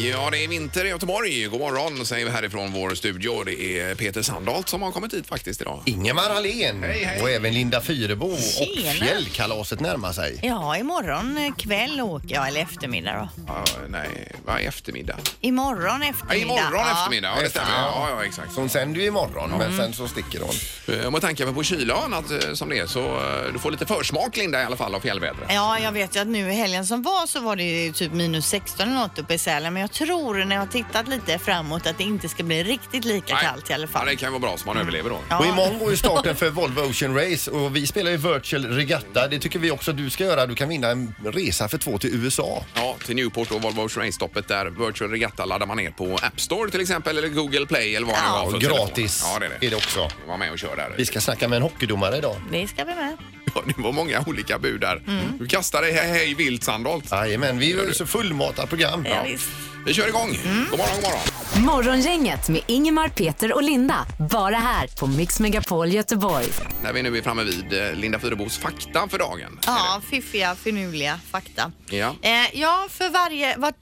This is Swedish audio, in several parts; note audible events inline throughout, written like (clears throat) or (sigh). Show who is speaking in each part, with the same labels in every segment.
Speaker 1: Ja, det är vinter i Göteborg. God morgon säger vi härifrån vår studio. Det är Peter Sandholt som har kommit hit faktiskt idag.
Speaker 2: Ingemar Ahlén
Speaker 1: Hej, hej.
Speaker 2: och även Linda Fyrebo
Speaker 3: Tjena.
Speaker 2: och fjällkalaset närmar sig.
Speaker 3: Ja, imorgon eh, kväll åker jag, eller eftermiddag då.
Speaker 1: Ja, nej, vad är eftermiddag?
Speaker 3: Imorgon
Speaker 1: Ja,
Speaker 3: eftermiddag.
Speaker 1: imorgon
Speaker 3: ja.
Speaker 1: eftermiddag, ja det stämmer. Ja, ja, exakt.
Speaker 2: Så hon sänder ju imorgon
Speaker 1: Mm.
Speaker 2: men sen så sticker hon.
Speaker 1: Eh, Med tanke på kylan att, eh, som det är så eh, du får lite försmak Linda i alla fall av fjällvädret.
Speaker 3: Ja, jag vet ju att nu i helgen som var så var det ju typ minus 16 eller något uppe i Sälen. Men jag tror när jag har tittat lite framåt att det inte ska bli riktigt lika
Speaker 1: Nej.
Speaker 3: kallt i alla fall.
Speaker 1: Ja, det kan vara bra så man överlever då.
Speaker 3: Ja.
Speaker 2: Och imorgon går ju starten för Volvo Ocean Race och vi spelar ju virtual regatta. Det tycker vi också du ska göra. Du kan vinna en resa för två till USA.
Speaker 1: Ja, till Newport och Volvo Race-stoppet där Virtual Regatta laddar man ner på App Store till exempel eller Google Play eller vad det
Speaker 3: Ja.
Speaker 1: var.
Speaker 2: Och
Speaker 1: för
Speaker 2: gratis
Speaker 1: telefon. Ja, det är det.
Speaker 2: också.
Speaker 1: Var med och kör där.
Speaker 2: Vi ska snacka med en hockeydomare idag.
Speaker 3: Det ska vi med.
Speaker 1: (laughs) Ja, det var många olika bud där. Du kastar dig hej, hej vilt Sandholt.
Speaker 2: Jajamän, vi gör ju så fullmatat program.
Speaker 3: Ja, visst.
Speaker 1: Vi kör igång.
Speaker 3: Mm.
Speaker 1: God morgon, god morgon.
Speaker 4: Morgongänget med Ingemar, Peter och Linda. Bara här på Mix Megapol Göteborg.
Speaker 1: När vi nu är framme vid eh, Linda Fyrabos fakta för dagen.
Speaker 3: Ja, fiffiga, finurliga fakta.
Speaker 1: Ja.
Speaker 3: Eh, ja, för varje, var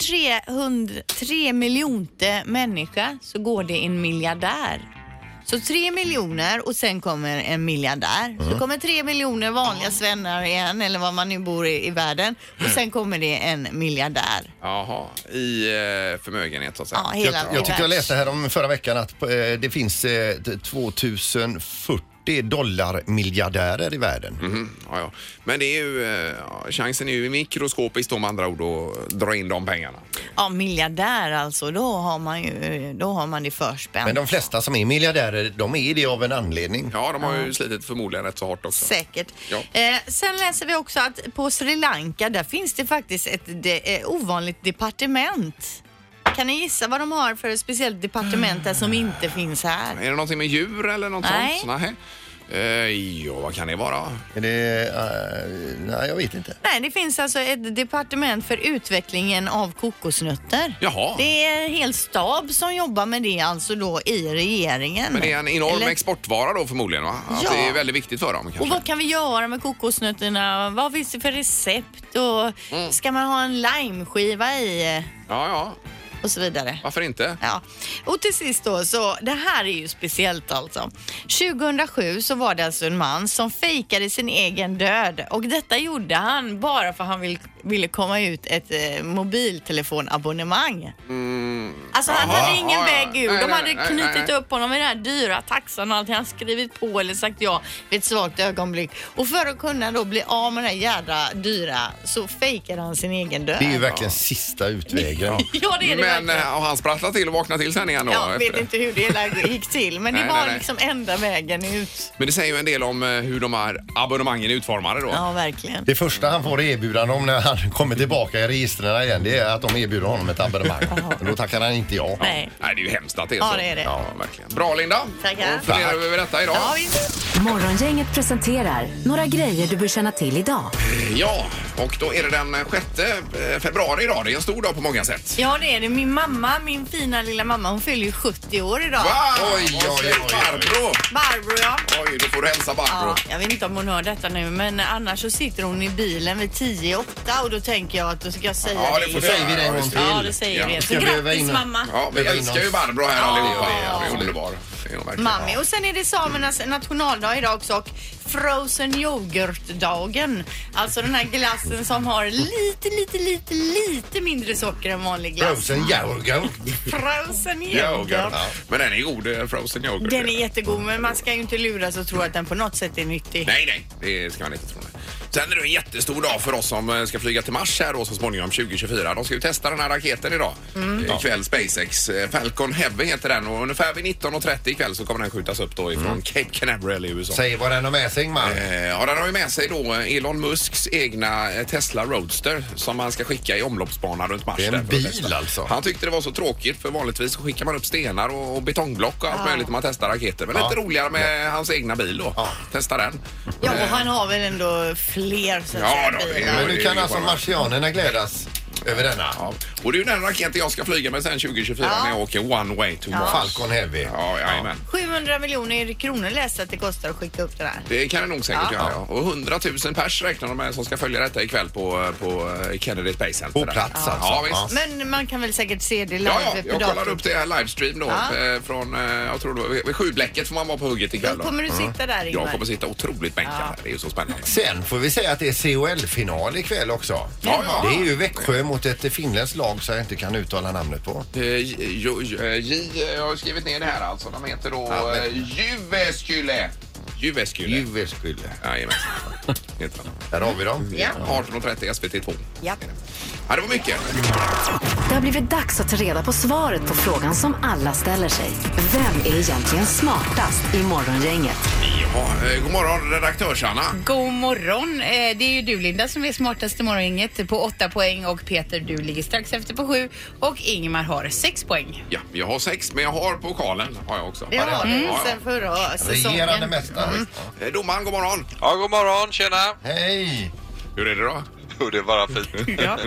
Speaker 3: 300, 3 miljonte människa så går det en miljardär. Så 3 miljoner och sen kommer en miljardär.
Speaker 2: Mm.
Speaker 3: Så kommer 3 miljoner vanliga svennar igen, eller var man nu bor i, i världen. Och sen kommer det en miljardär.
Speaker 1: Jaha, i eh, förmögenhet så att säga.
Speaker 3: Ja,
Speaker 2: Jag,
Speaker 3: hela
Speaker 2: jag tyckte jag
Speaker 3: världs-
Speaker 2: läste här om förra veckan att eh, det finns eh, 2040 dollar miljardärer i världen.
Speaker 1: Mm, ja, ja. Men det är ju, eh, ja, chansen är ju mikroskopisk om andra ord att dra in de pengarna.
Speaker 3: Ja, miljardär alltså. Då har man ju då har man det förspänt.
Speaker 2: Men de flesta som är miljardärer, de är det av en anledning.
Speaker 1: Ja, de har ju slitit förmodligen rätt så hårt också.
Speaker 3: Säkert.
Speaker 1: Ja.
Speaker 3: Eh, sen läser vi också att på Sri Lanka där finns det faktiskt ett de, eh, ovanligt departement. Kan ni gissa vad de har för ett speciellt departement där som inte finns här?
Speaker 1: Är det någonting med djur eller något
Speaker 3: Nej.
Speaker 1: sånt? Nej. Eh, ja, vad kan det vara?
Speaker 2: Är det, eh, nej, jag vet inte.
Speaker 3: Nej, det finns alltså ett departement för utvecklingen av kokosnötter.
Speaker 1: Jaha.
Speaker 3: Det är en hel stab som jobbar med det alltså då i regeringen.
Speaker 1: Men det är en enorm
Speaker 3: Eller-
Speaker 1: exportvara då förmodligen va? Att
Speaker 3: Ja.
Speaker 1: Det är väldigt viktigt för dem
Speaker 3: Och
Speaker 1: kanske.
Speaker 3: vad kan vi göra med kokosnötterna? Vad finns det för recept? Och
Speaker 1: Mm.
Speaker 3: Ska man ha en limeskiva i? eh,
Speaker 1: Ja, ja.
Speaker 3: Och så vidare.
Speaker 1: Varför inte?
Speaker 3: Ja. Och till sist då, så det här är ju speciellt alltså. 2007 så var det alltså en man som fejkade sin egen död och detta gjorde han bara för att han vill, ville komma ut ett eh, mobiltelefonabonnemang.
Speaker 1: Mm.
Speaker 3: Alltså han
Speaker 1: Jaha,
Speaker 3: hade ingen
Speaker 1: ja, ja.
Speaker 3: väg ur.
Speaker 1: Nej,
Speaker 3: De
Speaker 1: nej,
Speaker 3: hade
Speaker 1: nej,
Speaker 3: knutit
Speaker 1: nej, nej.
Speaker 3: upp honom i den här dyra taxan och allting. Han skrivit på eller sagt ja vid ett svagt ögonblick. Och för att kunna då bli av med den här jädra dyra så fejkade han sin egen död.
Speaker 2: Det är ju verkligen sista utvägen.
Speaker 3: Ja, det är det
Speaker 1: Men
Speaker 3: verkligen.
Speaker 1: eh, har han sprattlat till och vaknat till sen igen då?
Speaker 3: Jag
Speaker 1: efter
Speaker 3: vet
Speaker 1: det?
Speaker 3: inte hur det hela gick till, men det
Speaker 1: Nej,
Speaker 3: var
Speaker 1: nej, nej.
Speaker 3: liksom enda vägen ut.
Speaker 1: Men det säger ju en del om eh, hur de här abonnemangen är utformade då.
Speaker 3: Ja, verkligen.
Speaker 2: Det första han får erbjudande om när han (laughs) kommer tillbaka i registren igen det är att de erbjuder honom ett abonnemang. Men Då tackar han inte ja.
Speaker 3: Nej.
Speaker 1: Nej, det är ju hemskt att det är
Speaker 3: Ja,
Speaker 1: så.
Speaker 3: det är det.
Speaker 1: Ja, verkligen. Bra Linda.
Speaker 3: Tackar.
Speaker 1: Då funderar vi över detta idag.
Speaker 3: Ja, visst.
Speaker 4: Morgongänget presenterar några grejer du bör känna till idag.
Speaker 1: Ja, och då är det den 6 februari idag. Det är en stor dag på många sätt.
Speaker 3: ja, det är det. Min mamma, min fina lilla mamma, hon fyller ju 70 år idag.
Speaker 1: Wow!
Speaker 2: Oj, oj, oj, oj.
Speaker 1: Barbro!
Speaker 3: Barbro, ja.
Speaker 1: Oj, då får du hälsa Barbro.
Speaker 3: Ja, jag vet inte om hon hör detta nu, men annars så sitter hon i bilen vid 10 i åtta och då tänker jag att då ska jag säga
Speaker 1: Ja, det
Speaker 3: det.
Speaker 1: får
Speaker 3: igen.
Speaker 2: Säger vi det en gång till?
Speaker 3: Ja, det säger
Speaker 1: Ja.
Speaker 3: vi. Så
Speaker 2: Ska vi öva
Speaker 3: grattis
Speaker 2: in-
Speaker 3: mamma.
Speaker 1: Ja, vi
Speaker 2: Det var
Speaker 1: älskar
Speaker 2: innan.
Speaker 1: ju Barbro här allihopa.
Speaker 3: Ja.
Speaker 1: Hon är underbar. Det är hon verkligen.
Speaker 3: Mami. Och sen är det samernas nationaldag idag också och frozen yoghurt-dagen. Alltså den här glassen som har lite, lite, lite, lite mindre socker än vanlig glass.
Speaker 2: Frozen yoghurt.
Speaker 3: Frozen
Speaker 1: Ja, och-
Speaker 3: yoghurt.
Speaker 1: Men den är god, eh, frozen yoghurt.
Speaker 3: Den är jättegod men man ska ju inte luras och tro att den på något sätt är nyttig.
Speaker 1: Nej, nej, det ska man inte tro. nej. Sen är det en jättestor dag för oss som eh, ska flyga till Mars här då så småningom 2024. De ska ju testa den här raketen idag. Mm. Ikväll SpaceX. eh, Falcon Heavy heter den och ungefär vid 19.30 ikväll så kommer den skjutas upp då ifrån Cape Canaveral i USA.
Speaker 2: Mm. Säg vad den har med sig Ingmar.
Speaker 1: Eh, Ja, den har ju med sig då eh, Elon Musks egna eh, Tesla Roadster som man ska skicka i omloppsbana runt Mars.
Speaker 2: Det är en
Speaker 1: där för att
Speaker 2: bil
Speaker 1: testa.
Speaker 2: alltså.
Speaker 1: Han tyckte det var så tråkigt för vanligtvis så skickar man upp stenar och, och betongblock och allt möjligt när man testar raketer. Men
Speaker 2: Ja.
Speaker 1: lite roligare med hans egna bil då. Testa den. Eh,
Speaker 3: Ja, och han har väl ändå fler så att
Speaker 1: Ja,
Speaker 3: säga,
Speaker 1: då, det är-
Speaker 3: bilar.
Speaker 2: Men nu kan alltså marsianerna glädjas. över denna.
Speaker 1: Ja. Och det är ju den raketen jag ska flyga med sen 2024
Speaker 3: Ja.
Speaker 1: när jag åker one way to Mars.
Speaker 2: Falcon Heavy.
Speaker 1: Ja, jajamän.
Speaker 3: 700 miljoner kronor läste jag att det kostar att skicka upp den här.
Speaker 1: Det kan det nog säkert
Speaker 3: Ja.
Speaker 1: göra. Ja. Och 100 000 pers räknar de med som ska följa detta ikväll på, på eh, Kennedy Space Center.
Speaker 2: På plats
Speaker 1: ja.
Speaker 2: alltså.
Speaker 1: Ja, visst.
Speaker 3: Men man kan väl säkert se det live
Speaker 1: Ja, ja,
Speaker 3: på
Speaker 1: jag kollar
Speaker 3: datorn.
Speaker 1: upp det här livestream då.
Speaker 3: Ja.
Speaker 1: eh, Från, eh, jag tror det var, vid sjublecket får man vara på hugget ikväll.
Speaker 3: Då
Speaker 1: Då. Mm.
Speaker 3: kommer du sitta där Ingmar.
Speaker 1: Jag kommer sitta otroligt bänkad här. Det är ju så spännande.
Speaker 2: Sen får vi säga att det är CHL-final ikväll också.
Speaker 1: Ja, ja.
Speaker 2: Det är ju Växjö mot ett finländskt lag som jag inte kan uttala namnet på.
Speaker 1: Eh, J, J- J, J, jag har skrivit ner det här alltså. De heter då
Speaker 2: Ja, men-
Speaker 1: eh, Jyväskylä. Jyväskylä.
Speaker 2: Juvelskylle.
Speaker 1: Jajamensan. Heter de.
Speaker 2: Där har vi dem.
Speaker 3: Ja.
Speaker 1: 18.30 SVT2.
Speaker 3: Ja.
Speaker 1: Ja, det var mycket.
Speaker 4: Det har blivit dags att ta reda på svaret på frågan som alla ställer sig. Vem är egentligen smartast i morgongänget?
Speaker 1: Ja, eh, god morgon redaktörs-Anna.
Speaker 3: Mm.
Speaker 5: God morgon! Eh, Det är ju du Linda som är smartast i morgongänget på 8 poäng och Peter du ligger strax efter på 7 och Ingmar har 6 poäng.
Speaker 1: Ja, jag har sex, men jag har pokalen. Har jag också.
Speaker 3: Det har du
Speaker 5: Mm,
Speaker 3: Mm,
Speaker 1: Ja, ja.
Speaker 3: sen förra
Speaker 2: Regerande
Speaker 3: säsongen.
Speaker 2: mästare.
Speaker 1: Eh, Domaren, god morgon.
Speaker 6: Ja, god morgon, tjena!
Speaker 2: Hej!
Speaker 1: Hur är det då?
Speaker 6: Jo, det är bara fint.
Speaker 5: Ja.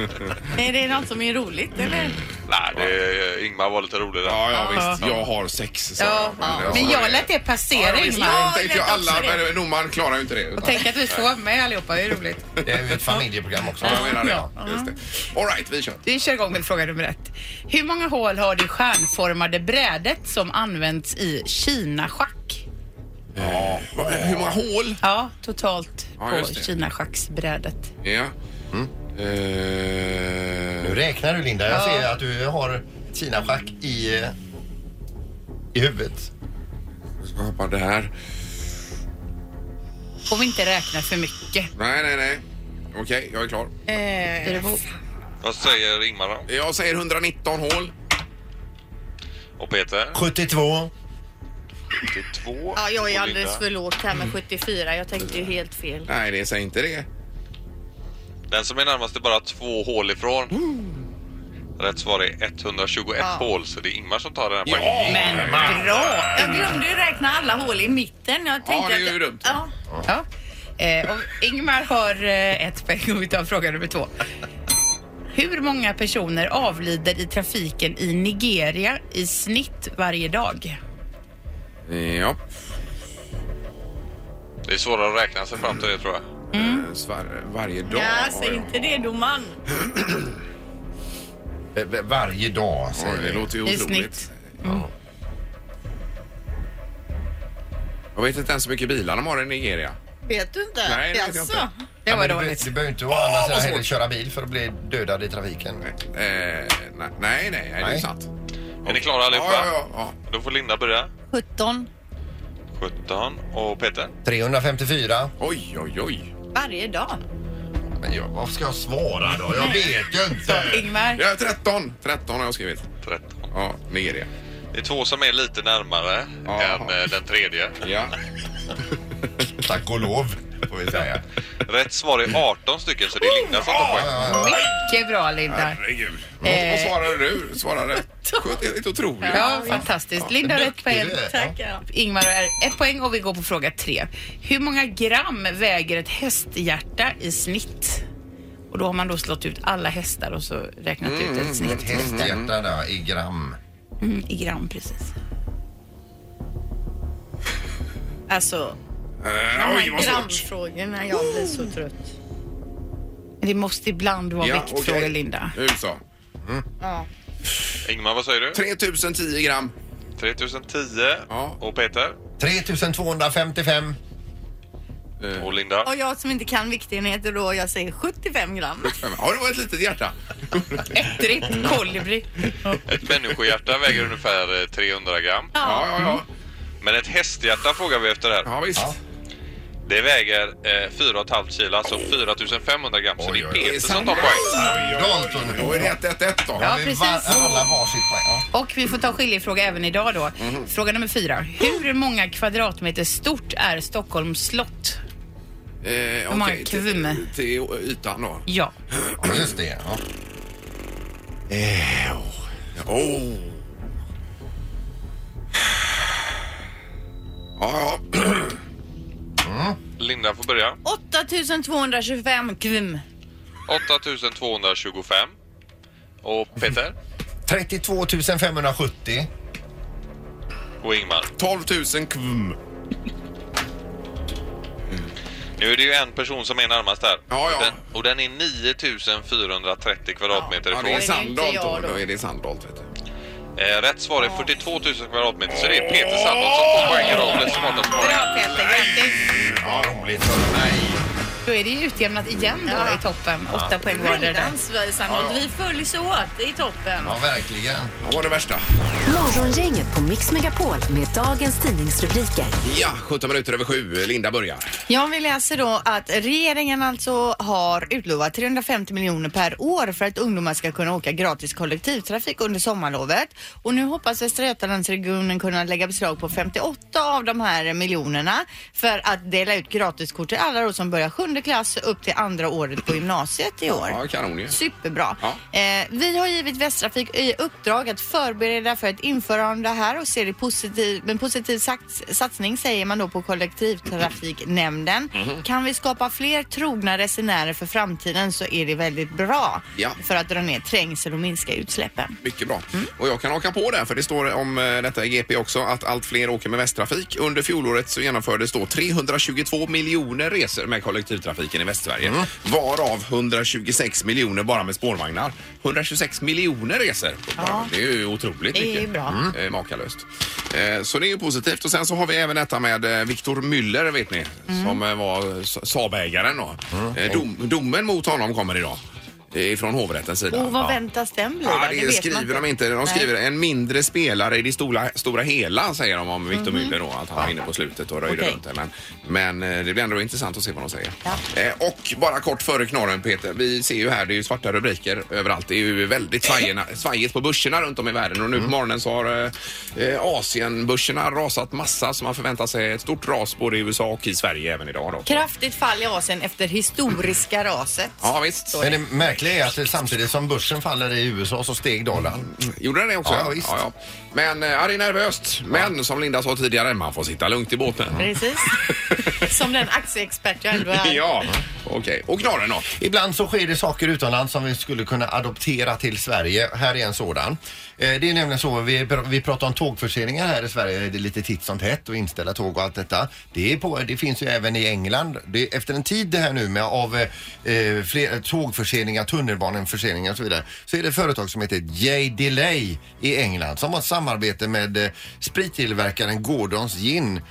Speaker 5: Är det något som är roligt eller?
Speaker 6: (laughs) Nej, det är, Ingmar var lite rolig där.
Speaker 1: Ja, ja visst. Jag har sex, sa
Speaker 5: Ja,
Speaker 1: jag.
Speaker 5: men jag lät det
Speaker 1: Ja,
Speaker 5: passera
Speaker 1: visst.
Speaker 5: Ingmar.
Speaker 1: Jag tänkte ju alla, men domaren klarar ju inte det. utan-
Speaker 5: Tänk att vi får vara med allihopa, det är roligt.
Speaker 2: Det är ju ett familjeprogram också.
Speaker 1: Ja, jag menar det. Ja.
Speaker 5: Ja.
Speaker 1: Just det. All right, vi kör.
Speaker 5: Vi kör igång med fråga nummer ett. Hur många hål har det stjärnformade brädet som används i Kina-schack?
Speaker 1: Ja. Va- Hur många hål?
Speaker 5: Ja, totalt
Speaker 1: Ja,
Speaker 5: på
Speaker 1: just det.
Speaker 5: Kina-schacksbrädet.
Speaker 1: Ja.
Speaker 2: Nu
Speaker 1: Eh,
Speaker 2: räknar du Linda. Jag ser att du har Kina schack i, eh, i huvudet.
Speaker 1: jag ska hoppa det här.
Speaker 5: Får vi inte räkna för mycket.
Speaker 1: Nej, nej, nej. Okej, jag är klar.
Speaker 3: Eh,
Speaker 5: Är det vår-
Speaker 6: Vad säger Ingmar då?
Speaker 1: Jag säger 119 hål.
Speaker 6: Och Peter?
Speaker 2: 72.
Speaker 6: 72.
Speaker 3: Ja, jag är
Speaker 6: Och Linda?
Speaker 3: alldeles för lågt här med 74. Jag tänkte ju helt fel.
Speaker 1: Nej, det säger inte det.
Speaker 6: Den som är närmast är bara två hål ifrån. Rätt svar är 121 hål, så det är Ingmar som tar den här poängen.
Speaker 5: Men
Speaker 1: Mm.
Speaker 5: bra!
Speaker 3: Jag glömde ju räkna alla hål i mitten. Jag tänkte
Speaker 1: det är ju
Speaker 3: att-
Speaker 1: dumt.
Speaker 3: Ja.
Speaker 5: Ja. Eh, och Ingmar har eh, ett poäng och vi tar fråga nummer två. Hur många personer avlider i trafiken i Nigeria i snitt varje dag?
Speaker 1: Eh, Ja.
Speaker 6: Det är svårare att räkna sig fram till det, tror jag.
Speaker 1: Eh, Svar, varje dag.
Speaker 3: Ja,
Speaker 1: Oj,
Speaker 3: säg inte det domaren.
Speaker 2: Eh, Varje dag
Speaker 1: Oj,
Speaker 2: säger
Speaker 1: det
Speaker 2: vi.
Speaker 1: låter ju
Speaker 5: I
Speaker 1: otroligt. Eh,
Speaker 5: snitt.
Speaker 1: Jag vet inte ens hur mycket bilar de har i Nigeria.
Speaker 3: Vet du inte?
Speaker 1: Nej, det vet jag inte.
Speaker 5: Det
Speaker 2: Ja,
Speaker 5: var
Speaker 2: men du, be-
Speaker 5: dåligt.
Speaker 2: du behöver inte å andra sidan
Speaker 1: vad
Speaker 2: heller
Speaker 1: svårt.
Speaker 2: köra bil för att bli dödad i trafiken.
Speaker 1: Eh, nej, nej, nej, det är
Speaker 2: Nej.
Speaker 1: sant.
Speaker 6: Är ni klara allihopa?
Speaker 1: Ja, ja, ja.
Speaker 6: Då får Linda börja.
Speaker 3: 17
Speaker 6: 17. Och Peter?
Speaker 2: 354.
Speaker 1: Oj, oj, oj.
Speaker 3: varje dag.
Speaker 2: Men jag, vad ska jag svara då? Jag vet ju inte.
Speaker 5: Ingmar,
Speaker 1: Ja, 13. 13 har jag skrivit.
Speaker 6: 13.
Speaker 1: Ja, Nigeria.
Speaker 6: Det är två som är lite närmare
Speaker 1: Ja.
Speaker 6: än eh, den tredje.
Speaker 1: Ja.
Speaker 2: (laughs) Tack och lov, får vi säga.
Speaker 6: Rätt svar är 18 stycken, så det är Linda som tar poängen.
Speaker 5: mycket bra Linda.
Speaker 1: Herregud. Vad- Vad svarade du? Svarade 70? Det är lite otroligt.
Speaker 5: Ja, fantastiskt. Linda har ett poäng.
Speaker 2: Duktig du är.
Speaker 3: Tack. Ja.
Speaker 5: Ingmar har ett poäng och vi går på fråga tre. Hur många gram väger ett hästhjärta i snitt? Och då har man då slått ut alla hästar och så räknat ut
Speaker 1: Mm.
Speaker 5: ett
Speaker 2: Ett
Speaker 5: snitt
Speaker 2: hästhjärta där i gram.
Speaker 5: mm, i gram precis.
Speaker 3: Alltså,
Speaker 1: Eh,
Speaker 3: de
Speaker 1: oj,
Speaker 3: här
Speaker 1: vad svårt.
Speaker 3: gramfrågorna, jag blir så trött.
Speaker 5: Men Det måste ibland vara
Speaker 1: Ja,
Speaker 5: viktfrågor,
Speaker 1: okej.
Speaker 5: Linda.
Speaker 1: Nu så.
Speaker 3: Ja.
Speaker 6: Ingmar, vad säger du?
Speaker 1: 3010 gram.
Speaker 6: 3010.
Speaker 1: Ja.
Speaker 6: Och Peter?
Speaker 2: 3255.
Speaker 1: Eh.
Speaker 6: Och Linda?
Speaker 3: Och jag som inte kan viktenheter då, jag säger 75 gram.
Speaker 1: Ja, det var ett litet hjärta.
Speaker 5: Ättrigt kolibri.
Speaker 6: Ett människohjärta väger ungefär eh, 300 gram.
Speaker 1: Ja, ja, ja.
Speaker 6: Men ett hästhjärta frågar vi efter här.
Speaker 1: Ja, visst.
Speaker 2: Ja.
Speaker 6: Det väger eh, 4,5 kilo, alltså 4500 gram. Så
Speaker 2: Oj,
Speaker 6: det är
Speaker 2: oj,
Speaker 1: Det
Speaker 2: oj.
Speaker 1: är
Speaker 6: Peter som
Speaker 1: sant.
Speaker 6: tar poäng.
Speaker 2: Dalton.
Speaker 1: Då är det 111 då.
Speaker 5: Ja,
Speaker 2: Vi
Speaker 5: precis.
Speaker 2: var- Alla varsitt poäng. Ja.
Speaker 5: Och vi får ta skiljefråga även idag då. Fråga nummer fyra. Hur många kvadratmeter stort är Stockholms slott?
Speaker 1: Eh,
Speaker 5: De har
Speaker 1: okej,
Speaker 5: en
Speaker 1: till-
Speaker 5: kvumme.
Speaker 1: Till ytan då.
Speaker 5: Ja.
Speaker 2: Ja, Just det. Ja.
Speaker 1: Eh, Oh. Ja, ja. (clears throat)
Speaker 6: Linda får börja.
Speaker 3: 8225 kvim.
Speaker 6: 8225. Och Peter
Speaker 2: 32 570.
Speaker 6: och Ingmar.
Speaker 1: 12 000 kvm.
Speaker 6: Nu är det ju en person som är närmast här.
Speaker 1: Ja, ja.
Speaker 6: Och, den, och den är 9430 kvadratmeter
Speaker 1: Ja, det är
Speaker 6: ifrån.
Speaker 1: Sandholt
Speaker 5: jag
Speaker 1: då.
Speaker 5: då.
Speaker 1: Då är det Sandholt. Vet du.
Speaker 6: Eh, rätt svar är 42 000 kvadratmeter så det är Peter Sandholt som får poängen av det smarta
Speaker 5: Bra
Speaker 6: svaret.
Speaker 5: Peter, grattis!
Speaker 2: Ja, roligt.
Speaker 5: Då är det ju utjämnat igen då i toppen. Åtta poäng var det där.
Speaker 3: Sandholt. Vi följs åt i toppen.
Speaker 2: Ja, verkligen.
Speaker 1: Vad var det värsta?
Speaker 4: Morgongänget på Mix Megapol med dagens tidningsrubriker.
Speaker 1: Ja, 17 minuter över sju. Linda börjar.
Speaker 3: Ja, vi läser då att regeringen alltså har utlovat 350 miljoner per år för att ungdomar ska kunna åka gratis kollektivtrafik under sommarlovet. Och nu hoppas Västra Götalandsregionen kunna lägga beslag på 58 av de här miljonerna för att dela ut gratiskort till alla då som börjar sjunde klass upp till andra året på gymnasiet i år.
Speaker 1: Ja, kanon ju.
Speaker 3: Superbra.
Speaker 1: Ja.
Speaker 3: Eh, vi har givit Västtrafik i uppdrag att förbereda för ett införande här och ser det positiv, en positiv sats, satsning säger man då på kollektivtrafiknämnden.
Speaker 1: Mhm.
Speaker 3: Kan vi skapa fler trogna resenärer för framtiden så är det väldigt bra
Speaker 1: Ja.
Speaker 3: för att dra ner trängsel och minska utsläppen.
Speaker 1: Mycket bra.
Speaker 3: Mm.
Speaker 1: Och jag kan haka på där, för det står om eh, detta i GP också, att allt fler åker med Västtrafik. Under fjolåret så genomfördes då 322 miljoner resor med kollektivtrafiken i Västsverige.
Speaker 3: Mm.
Speaker 1: Varav 126 miljoner bara med spårvagnar. 126 miljoner resor. Det är ju otroligt
Speaker 3: Det är
Speaker 1: mycket.
Speaker 3: ju bra.
Speaker 1: Eh, makalöst. Eh, så det är ju positivt. Och sen så har vi även detta med eh, Viktor Müller, vet ni,
Speaker 3: Mm.
Speaker 1: som eh, var Sa- Saab-ägaren då. Eh, dom, domen mot honom kommer idag. eh, Från hovrättens sida.
Speaker 3: Och vad väntas den bli
Speaker 1: Ja,
Speaker 3: då?
Speaker 1: det,
Speaker 3: vet man
Speaker 1: skriver de inte. De
Speaker 3: Nej.
Speaker 1: skriver en mindre spelare i det stora, stora hela säger de om Victor Müller då, att han var inne på slutet och röjde
Speaker 3: Mhm. Okej.
Speaker 1: runt det. Men, men eh, det blir ändå intressant att se vad de säger.
Speaker 3: Ja.
Speaker 1: Eh, och bara kort före knorren Peter, vi ser ju här, det är ju svarta rubriker överallt. Det är ju väldigt
Speaker 3: (laughs)
Speaker 1: svajerna, svajigt på börserna runt om i världen och nu
Speaker 3: Mm.
Speaker 1: på morgonen så har eh, eh, Asienbörserna rasat massa så man förväntar sig ett stort ras både i USA och i Sverige även idag då.
Speaker 3: Kraftigt fall i Asien efter historiska raset.
Speaker 1: Ja visst,
Speaker 2: Men det märkliga är att samtidigt som börsen faller i USA så steg dollarn.
Speaker 1: Gjorde den det också?
Speaker 2: Ja, visst.
Speaker 1: Men eh, ja, det är nervöst. Men som Linda sa tidigare, man får sitta lugnt i båten. (laughs)
Speaker 3: Precis. Som den aktieexpert jag ändå är.
Speaker 1: Ja, okej. Och knorren då?
Speaker 2: Ibland så sker det saker utomlands som vi skulle kunna adoptera till Sverige. Här är en sådan. Eh, Det är nämligen så, vi, pr- vi pratar om tågförseningar här i Sverige. Det är lite titt som tätt och inställda tåg och allt detta. Det, är på, det finns ju även i England. Det, efter en tid det här nu med av eh, eh, fler, tågförseningar, tunnelbaneförseningar och så vidare. Så är det ett företag som heter J Delay i England som har ett samarbete med eh, sprittillverkaren Gordons Gin.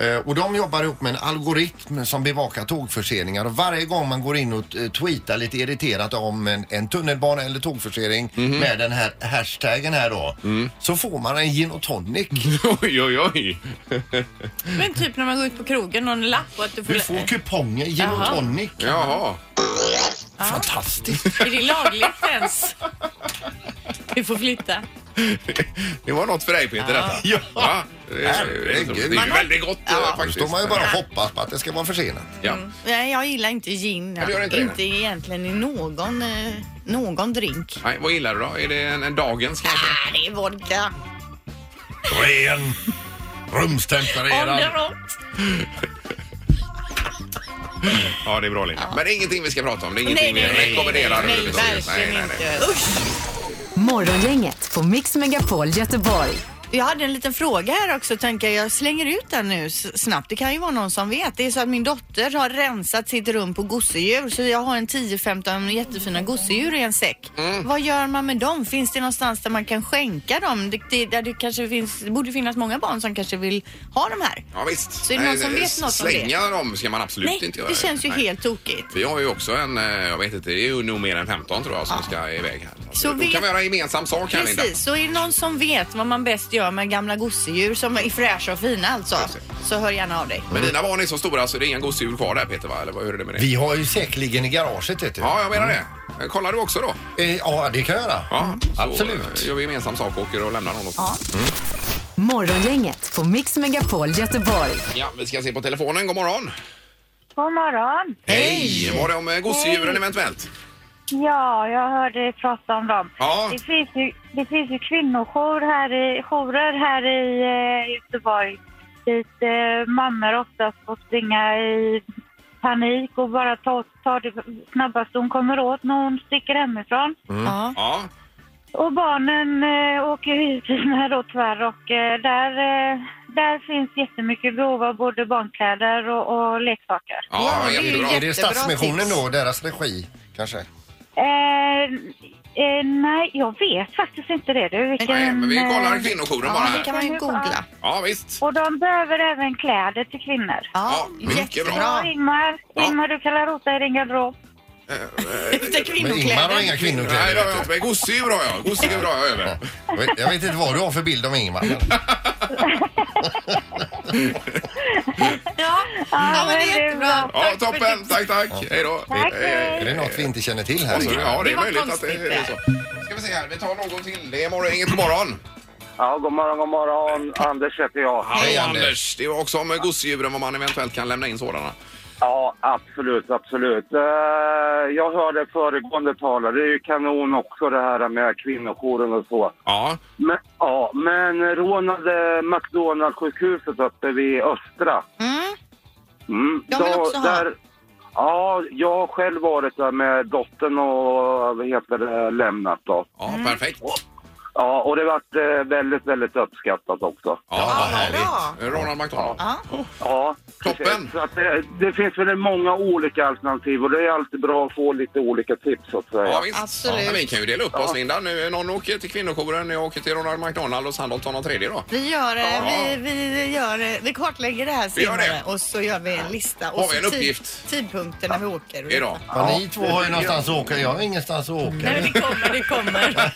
Speaker 2: Eh, Och de jobbar ihop med en algoritm som bevakar tågförseningar och varje gång man går in och eh, tweetar lite irriterat om en, en tunnelbana eller tågförsening
Speaker 1: Mhm.
Speaker 2: med den här hashtaggen här då
Speaker 1: Mm.
Speaker 2: så får man en gin och tonic.
Speaker 1: (laughs) oj, oj, oj.
Speaker 3: Men typ när man går ut på krogen och en lapp och att du får...
Speaker 2: Du får kuponger, gin och
Speaker 3: Jaha.
Speaker 2: tonic.
Speaker 1: Jaha.
Speaker 2: Fantastiskt!
Speaker 3: Är det lagligt ens? Du får flytta.
Speaker 1: (laughs) Det var något för dig Peter detta.
Speaker 2: Ja.
Speaker 1: Va? Det är, det är,
Speaker 2: Herregud.
Speaker 1: det är ju väldigt gott eh,
Speaker 2: Nu
Speaker 1: faktiskt.
Speaker 2: står man ju bara och hoppas på att det ska vara försenat.
Speaker 1: Ja.
Speaker 3: Nej, jag gillar inte gin.
Speaker 1: Ja, du gör inte det?
Speaker 3: inte egentligen i någon, eh, någon drink.
Speaker 1: Nej, vad gillar du då? Är det en, en dagens kanske?
Speaker 3: Ah, det är vodka.
Speaker 2: Ren,
Speaker 3: On the
Speaker 2: rumstempererad.
Speaker 3: rocks.
Speaker 1: Ja, det är bra Linda. Men det är ingenting vi ska prata om. Det är ingenting
Speaker 3: nej,
Speaker 1: vi
Speaker 3: nej,
Speaker 1: rekommenderar.
Speaker 3: nej,
Speaker 1: överhuvudtaget.
Speaker 3: verkligen inte.
Speaker 4: Morgongänget på Mix Megapol Göteborg.
Speaker 3: Jag hade en liten fråga här också, tänker jag. Jag slänger ut den nu s- snabbt. Det kan ju vara någon som vet. Det är så att min dotter har rensat sitt rum på gosedjur. Så jag har en 10-15 jättefina gosedjur i en säck.
Speaker 1: Mm.
Speaker 3: Vad gör man med dem? Finns det någonstans där man kan skänka dem? Det, det, där det, kanske finns, det borde finnas många barn som kanske vill ha de här.
Speaker 1: Ja, visst.
Speaker 3: Så är det någon som vet något om det?
Speaker 1: Slänga dem ska man absolut
Speaker 3: Nej,
Speaker 1: inte göra.
Speaker 3: det känns ju
Speaker 1: Nej.
Speaker 3: helt tokigt.
Speaker 1: Vi har ju också en, eh, jag vet inte, det är ju nog mer än 15 tror jag som ska iväg här.
Speaker 3: Så
Speaker 1: Så då
Speaker 3: vet-
Speaker 1: kan vi göra en gemensam sak här Linda.
Speaker 3: Precis, så är det någon som vet vad man bäst gör med gamla gosedjur som är fräscha och fina alltså,
Speaker 1: Precis.
Speaker 3: så hör gärna av dig.
Speaker 1: Men dina barn är så stora så det är inga gosedjur kvar där Peter va? Eller vad- hur är det med det?
Speaker 2: Vi har ju säkerligen i garaget vet du.
Speaker 1: Ja, jag menar det. Men Kollar du också då?
Speaker 2: Eh, ja det kan jag göra.
Speaker 1: Ja, så,
Speaker 2: Absolut.
Speaker 1: eh, gör vi gemensam sak och åker och lämnar honom. Ja.
Speaker 4: Morgongänget på Mix Megapol Göteborg.
Speaker 1: ja, vi ska se på telefonen. God morgon!
Speaker 7: God morgon.
Speaker 1: Hej! Var det om eh, gosedjuren eventuellt?
Speaker 7: Ja, jag hörde prata om dem.
Speaker 1: Ja.
Speaker 7: Det, finns ju, det finns ju kvinnojour här i, jourer här i eh, Göteborg dit eh, mammor oftast får springa i panik
Speaker 1: Mm.
Speaker 7: och bara ta, ta det snabbaste hon kommer åt när hon sticker hemifrån.
Speaker 3: Ja.
Speaker 1: Ja.
Speaker 7: Och barnen eh, åker givetvis med då tyvärr och eh, där, eh, där finns jättemycket behov av både barnkläder och, och leksaker.
Speaker 1: Ja,
Speaker 3: det är
Speaker 1: jättebra.
Speaker 2: Är det Stadsmissionen då, deras regi kanske?
Speaker 7: Eh, eh, nej, jag vet faktiskt inte det du. Vilken,
Speaker 1: Nej, men vi kollar
Speaker 7: eh,
Speaker 1: kvinnojouren
Speaker 3: Ja,
Speaker 1: bara
Speaker 3: det
Speaker 1: här.
Speaker 3: kan man ju googla.
Speaker 1: Ja, visst.
Speaker 7: Och de behöver även kläder till kvinnor.
Speaker 3: Ja,
Speaker 1: Ja, mycket
Speaker 3: jättebra.
Speaker 1: bra.
Speaker 7: Ja, Ingmar,
Speaker 1: Ja.
Speaker 7: Ingmar du kan rota i din garderob.
Speaker 3: Efter
Speaker 2: Men Ingmar har
Speaker 3: kvinnokläder.
Speaker 2: inga
Speaker 1: Nej,
Speaker 2: kvinnokläder.
Speaker 1: då,
Speaker 2: vet
Speaker 1: men gosedjur har jag. Gosedjur har jag över.
Speaker 2: du. Jag vet- Jag vet inte vad du har för bild av Ingmar. men-
Speaker 3: Ja, ja, men det
Speaker 7: det
Speaker 3: är
Speaker 7: är
Speaker 3: jättebra.
Speaker 1: Ja, toppen. Tack, tack. Hej då.
Speaker 7: Tack,
Speaker 2: Är
Speaker 7: hej.
Speaker 2: det något vi inte känner till här?
Speaker 1: Ja,
Speaker 2: så?
Speaker 1: ja, det
Speaker 5: Det
Speaker 1: är
Speaker 5: var
Speaker 1: möjligt att det
Speaker 5: konstigt
Speaker 1: är så. Ska vi se här, vi tar någon till. Det är morgon, inget god morgon.
Speaker 8: Ja, god morgon, god morgon. Anders heter jag.
Speaker 1: Hej
Speaker 2: Hej,
Speaker 1: Anders.
Speaker 2: Anders.
Speaker 1: Det var också om gosedjuren, vad man eventuellt kan lämna in sådana.
Speaker 8: Ja, absolut, absolut. Eh, Jag hörde föregående talare, det är ju kanon också det här med kvinnojouren och så.
Speaker 1: Ja,
Speaker 8: Men, ja, men rånade McDonalds-sjukhuset uppe vid Östra.
Speaker 3: Mm.
Speaker 8: Mm,
Speaker 3: De vill
Speaker 8: då-
Speaker 3: också ha.
Speaker 8: Ja, jag har själv varit där med dottern och vad heter det, lämnat då.
Speaker 1: ja perfekt. Ja,
Speaker 8: Ja, och det vart eh, väldigt, väldigt uppskattat också.
Speaker 1: vad
Speaker 2: vad
Speaker 1: härligt. Ronald McDonald.
Speaker 8: Ja,
Speaker 1: Toppen.
Speaker 8: precis. Så att det, det finns väl många olika alternativ och det är alltid bra att få lite olika tips så att säga.
Speaker 1: Ja, visst.
Speaker 3: Absolut.
Speaker 1: Ja, vi kan ju dela upp oss, Linda. Nu, någon åker till kvinnojouren, jag åker till Ronald McDonald och Sandholt tar någon tredje då.
Speaker 3: Vi gör,
Speaker 1: Ja.
Speaker 3: ja. vi, vi gör eh, vi kartlägger det här
Speaker 1: Vi gör
Speaker 3: senare
Speaker 1: det.
Speaker 3: och så gör vi en lista. Och
Speaker 1: Har vi
Speaker 3: så
Speaker 1: en
Speaker 3: tid-
Speaker 1: uppgift?
Speaker 3: Tidpunkter när vi åker. och-
Speaker 1: Idag.
Speaker 2: Ja, ni två har ju någonstans att åka. Jag har ingenstans att åka.
Speaker 3: Nej, men det kommer, det kommer.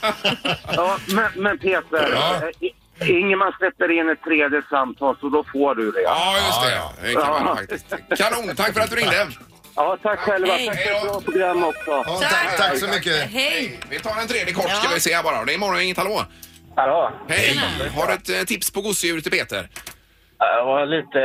Speaker 8: Ja, men, men Peter,
Speaker 2: Ja.
Speaker 8: eh, I- Ingemar släpper in ett tredje samtal så då får du det. Ja,
Speaker 1: Ja, just
Speaker 2: Ja,
Speaker 1: det. Det kan man faktiskt. Kanon, tack för att du ringde.
Speaker 8: ja tack själva.
Speaker 1: Hej.
Speaker 8: Tack för ett bra program också.
Speaker 2: Ja, tack, tack så mycket.
Speaker 3: Hej!
Speaker 1: Vi tar en tredje kort ska
Speaker 3: Ja.
Speaker 1: vi se här bara. Det är morgon, inget hallå.
Speaker 9: Hallå.
Speaker 1: Hej! Har du ett eh, tips på gosedjur till Peter?
Speaker 9: Jag var lite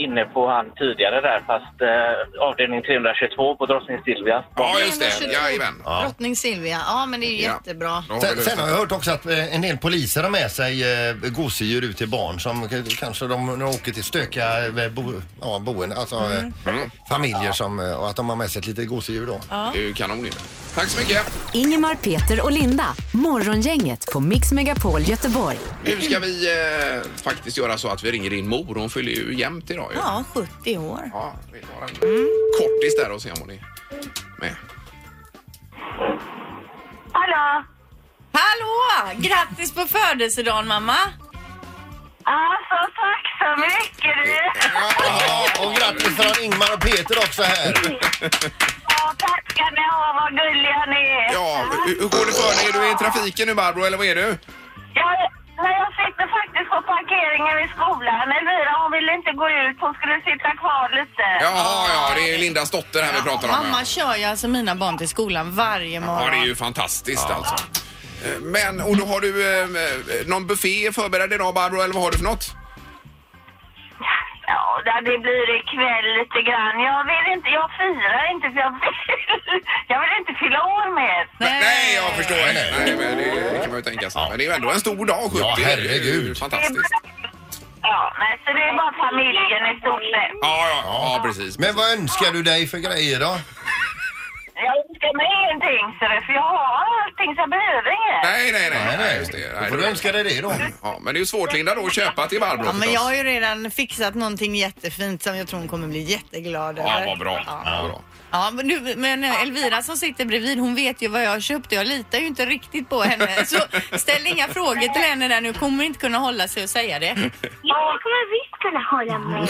Speaker 9: eh, inne på han tidigare där, fast eh, avdelning 322 på Drottning Silvia.
Speaker 1: Ja, just det.
Speaker 3: 122.
Speaker 1: Jajamän.
Speaker 3: Drottning Silvia. Ja, men det är ju
Speaker 1: Ja.
Speaker 3: jättebra.
Speaker 1: Då har vi
Speaker 2: Sen,
Speaker 1: löst
Speaker 2: sen har jag hört också att eh, en del poliser har med sig eh, gosedjur ut till barn som k- kanske de, de åker till stökiga eh, bo, ja, boende, alltså eh,
Speaker 3: Mm.
Speaker 2: familjer som, eh, och att de har med sig ett litet gosedjur då.
Speaker 1: Det är ju kanon ju. Tack så mycket.
Speaker 4: Ingemar, Peter och Linda. Morgongänget på Mix Megapol Göteborg.
Speaker 1: Nu ska vi eh, faktiskt göra så att vi ringer din mor. Hon fyller ju jämnt idag ju.
Speaker 3: Ja, 70 år.
Speaker 1: Ja, vi tar en kortis där och ser om hon är med.
Speaker 7: Hallå?
Speaker 3: Hallå! Grattis på födelsedagen mamma!
Speaker 7: Alltså, tack så mycket du!
Speaker 2: Ja, och grattis från Ingmar och Peter också här.
Speaker 7: Ja, tack ska ni ha, vad gulliga ni är!
Speaker 1: Ja, hur hur går det för dig? Är du i trafiken nu Barbro eller vad är du?
Speaker 7: Jag, nej, jag sitter faktiskt på parkeringen vid skolan. Elvira hon ville inte gå ut, hon skulle sitta kvar lite.
Speaker 1: Jaha, ja, det är Lindas dotter här vi pratar om.
Speaker 3: Mamma kör ju alltså mina barn till skolan varje morgon.
Speaker 1: Ja, det är ju fantastiskt alltså. Eh, Men, och då har du eh, någon buffé förberedd idag Barbro eller vad har du för något?
Speaker 7: Ja, där det blir ikväll lite grann. Jag vill inte, jag firar inte för jag vill, (laughs) jag vill inte fylla år med.
Speaker 3: Nej.
Speaker 1: Nej, jag förstår. Nej, men det, det kan man ju tänka sig. Men det är ju ändå en stor dag, 70.
Speaker 2: Ja,
Speaker 1: Det är ju
Speaker 2: herregud.
Speaker 1: fantastiskt.
Speaker 7: Ja, nej, så det är bara familjen i stort sett.
Speaker 1: Ja, ja, ja, precis.
Speaker 2: Men vad önskar du dig för grejer då?
Speaker 7: Jag önskar mig ingenting, så det, för jag har allting så jag behöver inget.
Speaker 1: Nej, nej, nej. nej, just det.
Speaker 2: Då
Speaker 1: Nej,
Speaker 2: får du
Speaker 1: det-
Speaker 2: önska dig det då.
Speaker 1: Ja, men det är ju svårt Linda då att köpa till Barbro
Speaker 3: Ja, men
Speaker 1: förstås.
Speaker 3: jag har ju redan fixat någonting jättefint som jag tror hon kommer bli jätteglad
Speaker 1: Ja, vad bra. Ja. vad bra.
Speaker 3: Ja, men, nu, men eh, Elvira som sitter bredvid, hon vet ju vad jag köpte. Jag litar ju inte riktigt på (laughs) henne. Så ställ inga frågor till henne där nu. Kommer hon inte kunna hålla sig och säga det.
Speaker 7: Jag kommer visst kunna hålla mig.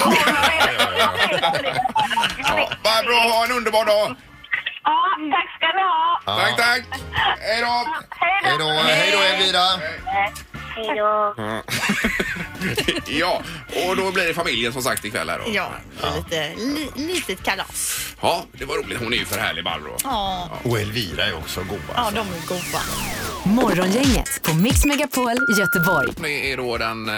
Speaker 1: Ja. Barbro, ha en underbar dag!
Speaker 7: Ja, tack ska ni ha.
Speaker 2: Ja.
Speaker 1: Tack, tack! Hej då!
Speaker 2: Hej då, hej då Elvira.
Speaker 7: Hej då.
Speaker 1: Ja, och då blir det familjen som sagt ikväll här då.
Speaker 3: Ja, lite li, litet kalas.
Speaker 1: Ja, det var roligt. Hon är ju för härlig Barbro.
Speaker 3: Ja,
Speaker 2: Och Elvira är också god
Speaker 3: ja
Speaker 2: alltså.
Speaker 3: de är goda.
Speaker 4: Morgongänget på Mix Megapol Göteborg.
Speaker 1: Det är då den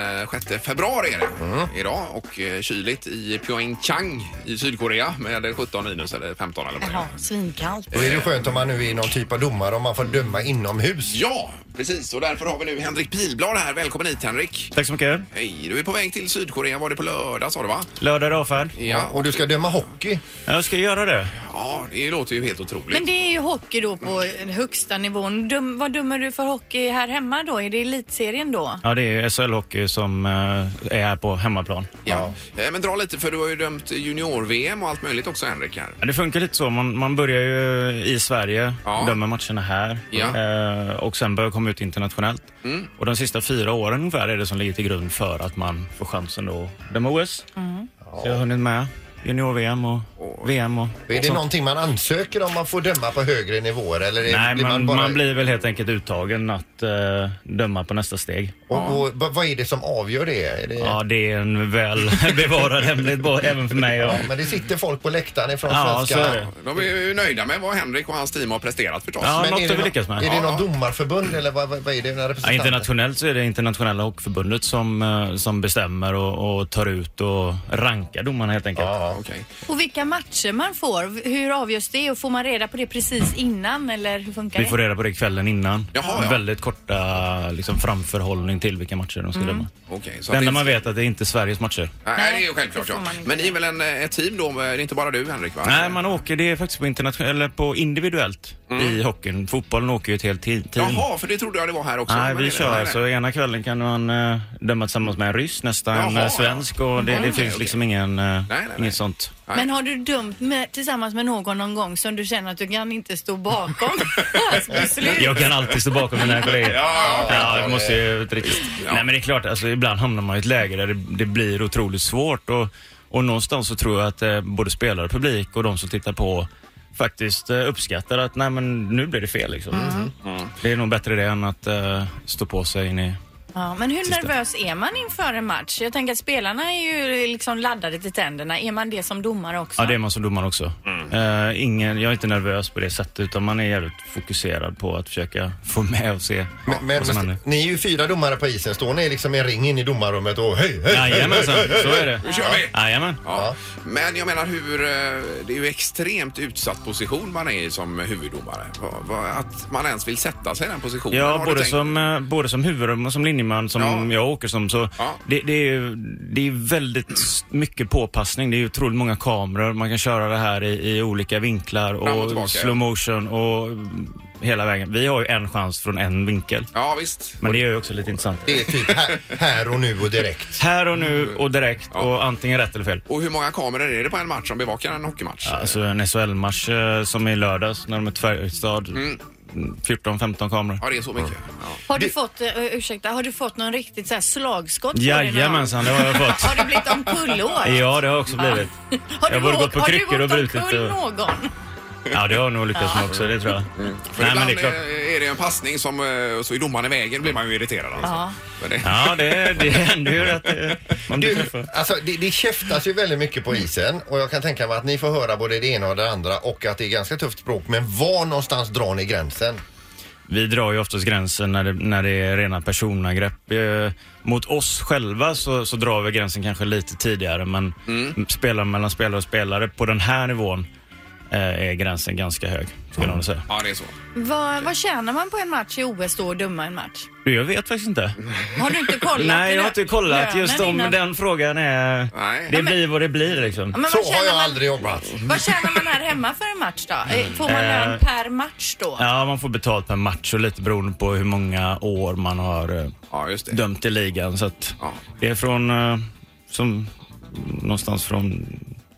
Speaker 1: 6 februari är det. idag och eh, kyligt i Pyeongchang i Sydkorea med 17 minus eller 15 eller vad det är.
Speaker 3: Jaha, svinkallt.
Speaker 2: Då är det skönt om man nu är någon typ av domare om man får döma inomhus.
Speaker 1: Ja, precis. Och därför har vi nu Henrik Pilblad här. Välkommen hit Henrik.
Speaker 10: Tack så mycket.
Speaker 1: Hej, du är på väg till Sydkorea. Var det på lördag sa du va?
Speaker 10: Lördag avfärd.
Speaker 1: Ja.
Speaker 2: Och du ska döma hockey.
Speaker 10: Jag ska göra det.
Speaker 1: Ja, det låter ju helt otroligt.
Speaker 3: Men det är ju hockey då på högsta nivån. Dum, vad dömer du för hockey här hemma då? Är det elitserien då?
Speaker 10: Ja, det är SHL-hockey som eh, är här på hemmaplan.
Speaker 1: Ja. Eh, Men dra lite, för du har ju dömt junior-VM och allt möjligt också, Henrik. Här.
Speaker 10: Ja, Det funkar lite så. Man, man börjar ju i Sverige,
Speaker 1: Ja.
Speaker 10: dömer matcherna här
Speaker 1: Ja.
Speaker 10: eh, och sen börjar komma ut internationellt.
Speaker 2: Mm.
Speaker 10: Och de sista fyra åren ungefär är det som ligger till grund för att man får chansen då att döma OS. Så jag har hunnit med junior-VM och VM och
Speaker 2: Är det någonting man ansöker om man får döma på högre nivåer? Eller är-
Speaker 10: Nej,
Speaker 2: blir
Speaker 10: man,
Speaker 2: man bara...
Speaker 10: man blir väl helt enkelt uttagen att eh, döma på nästa steg.
Speaker 2: och, och, vad- vad är det som avgör det? Är det...
Speaker 10: Ja, det är en väl (laughs) bevarad hemlighet både- även för mig. Och,
Speaker 2: Ja, men det sitter folk på läktaren ifrån
Speaker 10: ja, så
Speaker 2: svenska...
Speaker 10: är det.
Speaker 1: De är ju nöjda med vad Henrik och hans team har presterat förstås.
Speaker 10: Ja,
Speaker 2: Men
Speaker 10: något
Speaker 2: är
Speaker 10: har
Speaker 2: det
Speaker 10: vi lyckats med.
Speaker 2: Är det
Speaker 1: Ja,
Speaker 2: någon
Speaker 1: ja.
Speaker 2: domarförbund eller vad, vad vad är det? Några
Speaker 10: Ja,
Speaker 2: representanter?
Speaker 10: internationellt så är det internationella hockeyförbundet som, eh, som bestämmer och, och tar ut och rankar domarna helt enkelt.
Speaker 2: Ja, ja.
Speaker 1: Okej.
Speaker 3: Och vilka matcher man får, hur avgörs det? Och får man reda på det precis innan eller hur funkar
Speaker 10: Vi får
Speaker 3: det?
Speaker 10: reda på det kvällen innan.
Speaker 1: Jaha, ja.
Speaker 10: Väldigt korta liksom, framförhållning till vilka matcher de ska döma.
Speaker 1: Okej, Mm. så
Speaker 10: Det
Speaker 1: att
Speaker 10: enda
Speaker 1: det-
Speaker 10: man vet är att det är inte är Sveriges matcher.
Speaker 1: Nej,
Speaker 3: Nej,
Speaker 1: det är ju självklart.
Speaker 3: det får
Speaker 1: Ja.
Speaker 3: man inte.
Speaker 1: Men ni är väl en, eh, ett team då? Det är inte bara du, Henrik? Va?
Speaker 10: Nej, man åker, det är faktiskt på, internation- eller på individuellt i hockeyn. Fotbollen åker ju ett helt ti- team.
Speaker 1: Mm. Jaha, för det trodde jag det var här också.
Speaker 10: Nej,
Speaker 1: Men
Speaker 10: vi
Speaker 1: det- nej,
Speaker 10: kör.
Speaker 1: nej.
Speaker 10: Så ena kvällen kan man eh, döma tillsammans med en ryss, nästa en
Speaker 1: Jaha,
Speaker 10: eh, svensk och det, det finns liksom ingen, eh,
Speaker 1: nej, nej.
Speaker 10: inget sånt.
Speaker 3: Men har du dömt med, tillsammans med någon någon gång som du känner att du kan inte
Speaker 10: (laughs)
Speaker 3: stå bakom hans beslut?
Speaker 10: Jag kan alltid stå bakom mina kollegor.
Speaker 1: Ja,
Speaker 10: Ja, det måste ju riktigt. Nej, men det är klart, alltså, ibland hamnar man i ett läge där det, det blir otroligt svårt och, och någonstans så tror jag att eh, både spelare och publik och de som tittar på faktiskt eh, uppskattar att nej men nu blir det fel liksom.
Speaker 1: Mm.
Speaker 10: Det är nog bättre det än att eh, stå på sig in i...
Speaker 3: Ja, men hur
Speaker 10: Sista.
Speaker 3: nervös är man inför en match? Jag tänker att spelarna är ju liksom laddade till tänderna. Är man det som domare också?
Speaker 10: Ja, det är man som domare också.
Speaker 1: Mm.
Speaker 10: Eh, ingen, jag är inte nervös på det sättet utan man är jävligt fokuserad på att försöka få med och se
Speaker 2: Men, men,
Speaker 10: vad
Speaker 1: (laughs)
Speaker 10: som händer.
Speaker 2: ni är ju fyra domare på isen. Står ni liksom i en ring in i domarrummet och hej, hej, hej, hej,
Speaker 10: Jajamensan, så är det.
Speaker 1: Nu kör vi!
Speaker 10: Jajamän.
Speaker 1: Ja. Men jag menar hur, eh, det är ju extremt utsatt position man är i som huvuddomare. Va- va- Att man ens vill sätta sig i den positionen. har
Speaker 10: Ja,
Speaker 1: du
Speaker 10: både
Speaker 1: tänkt?
Speaker 10: som, eh, både som huvudrum och som linjeman som
Speaker 1: Ja.
Speaker 10: jag åker som. Så
Speaker 1: Ja.
Speaker 10: det, det, är ju, det är väldigt s- mycket påpassning. Det är ju otroligt många kameror. Man kan köra det här i, i olika vinklar
Speaker 1: Fram och
Speaker 10: och,
Speaker 1: tillbaka, ja.
Speaker 10: slow motion och mm, hela vägen. Vi har ju en chans från en vinkel.
Speaker 1: Ja, visst.
Speaker 10: Men det är ju också lite intressant.
Speaker 2: Det är typ här, här och nu och direkt.
Speaker 10: Här och nu och direkt
Speaker 1: Ja.
Speaker 10: och antingen rätt eller fel.
Speaker 1: Och hur många kameror är det på en match som bevakar en hockeymatch?
Speaker 10: Alltså en SHL-match eh, som är i lördags när de är Färjestad.
Speaker 1: Mm.
Speaker 10: 14-15 kameror.
Speaker 1: Ja, det är så mycket.
Speaker 10: Mm.
Speaker 1: Ja.
Speaker 3: Har du fått, uh, ursäkta, har du fått någon riktigt så här slagskott? på dig någon gång?
Speaker 10: Jajamensan, det har jag fått.
Speaker 3: (laughs) Har du blivit omkullåkt?
Speaker 10: Ja, det har jag också blivit.
Speaker 3: (laughs) Har
Speaker 10: Jag borde
Speaker 3: åkt-
Speaker 10: gått på
Speaker 3: har du
Speaker 10: kryckor och
Speaker 3: åkt
Speaker 10: brutit
Speaker 3: omkull
Speaker 10: och-
Speaker 3: någon?
Speaker 10: Ja, det har jag nog lyckats med också, det tror jag.
Speaker 1: Mm. För
Speaker 10: Nej,
Speaker 1: ibland
Speaker 10: men
Speaker 1: är,
Speaker 10: det är klart.
Speaker 1: är, det en passning som, eh, så är domaren i vägen blir man ju irriterad alltså.
Speaker 3: Ja.
Speaker 1: Men det,
Speaker 10: Ja, det, det händer ju att eh, man blir
Speaker 2: Du,
Speaker 10: träffad.
Speaker 2: alltså, det, det käftas ju väldigt mycket på isen och jag kan tänka mig att ni får höra både det ena och det andra och att det är ganska tufft språk. Men var någonstans drar ni gränsen?
Speaker 10: Vi drar ju oftast gränsen när det, när det är rena personangrepp. Eh, mot oss själva så, så drar vi gränsen kanske lite tidigare men
Speaker 3: Mm.
Speaker 10: spelare mellan spelare och spelare på den här nivån eh, är gränsen ganska hög, skulle jag nog säga.
Speaker 1: ja, det är så.
Speaker 3: Vad, vad tjänar man på en match i OS då att döma en match?
Speaker 10: Du, jag vet faktiskt inte.
Speaker 3: Har du inte kollat?
Speaker 10: Nej, jag har
Speaker 3: lö-
Speaker 10: inte kollat just
Speaker 3: lönen
Speaker 10: om
Speaker 3: innan?
Speaker 10: den frågan är...
Speaker 1: Nej.
Speaker 10: Det blir vad det blir liksom.
Speaker 3: Ja, Men vad
Speaker 2: Så har
Speaker 3: tjänar
Speaker 2: jag
Speaker 3: man-
Speaker 2: aldrig jobbat.
Speaker 3: Vad tjänar man här hemma för en match då? Eh, Får man
Speaker 10: Eh,
Speaker 3: lön per match då?
Speaker 10: Ja, man får betalt per match och lite beroende på hur många år man har eh,
Speaker 1: Ja, just det.
Speaker 10: dömt i ligan. Så att
Speaker 1: Ja.
Speaker 10: Det är från eh, som, någonstans från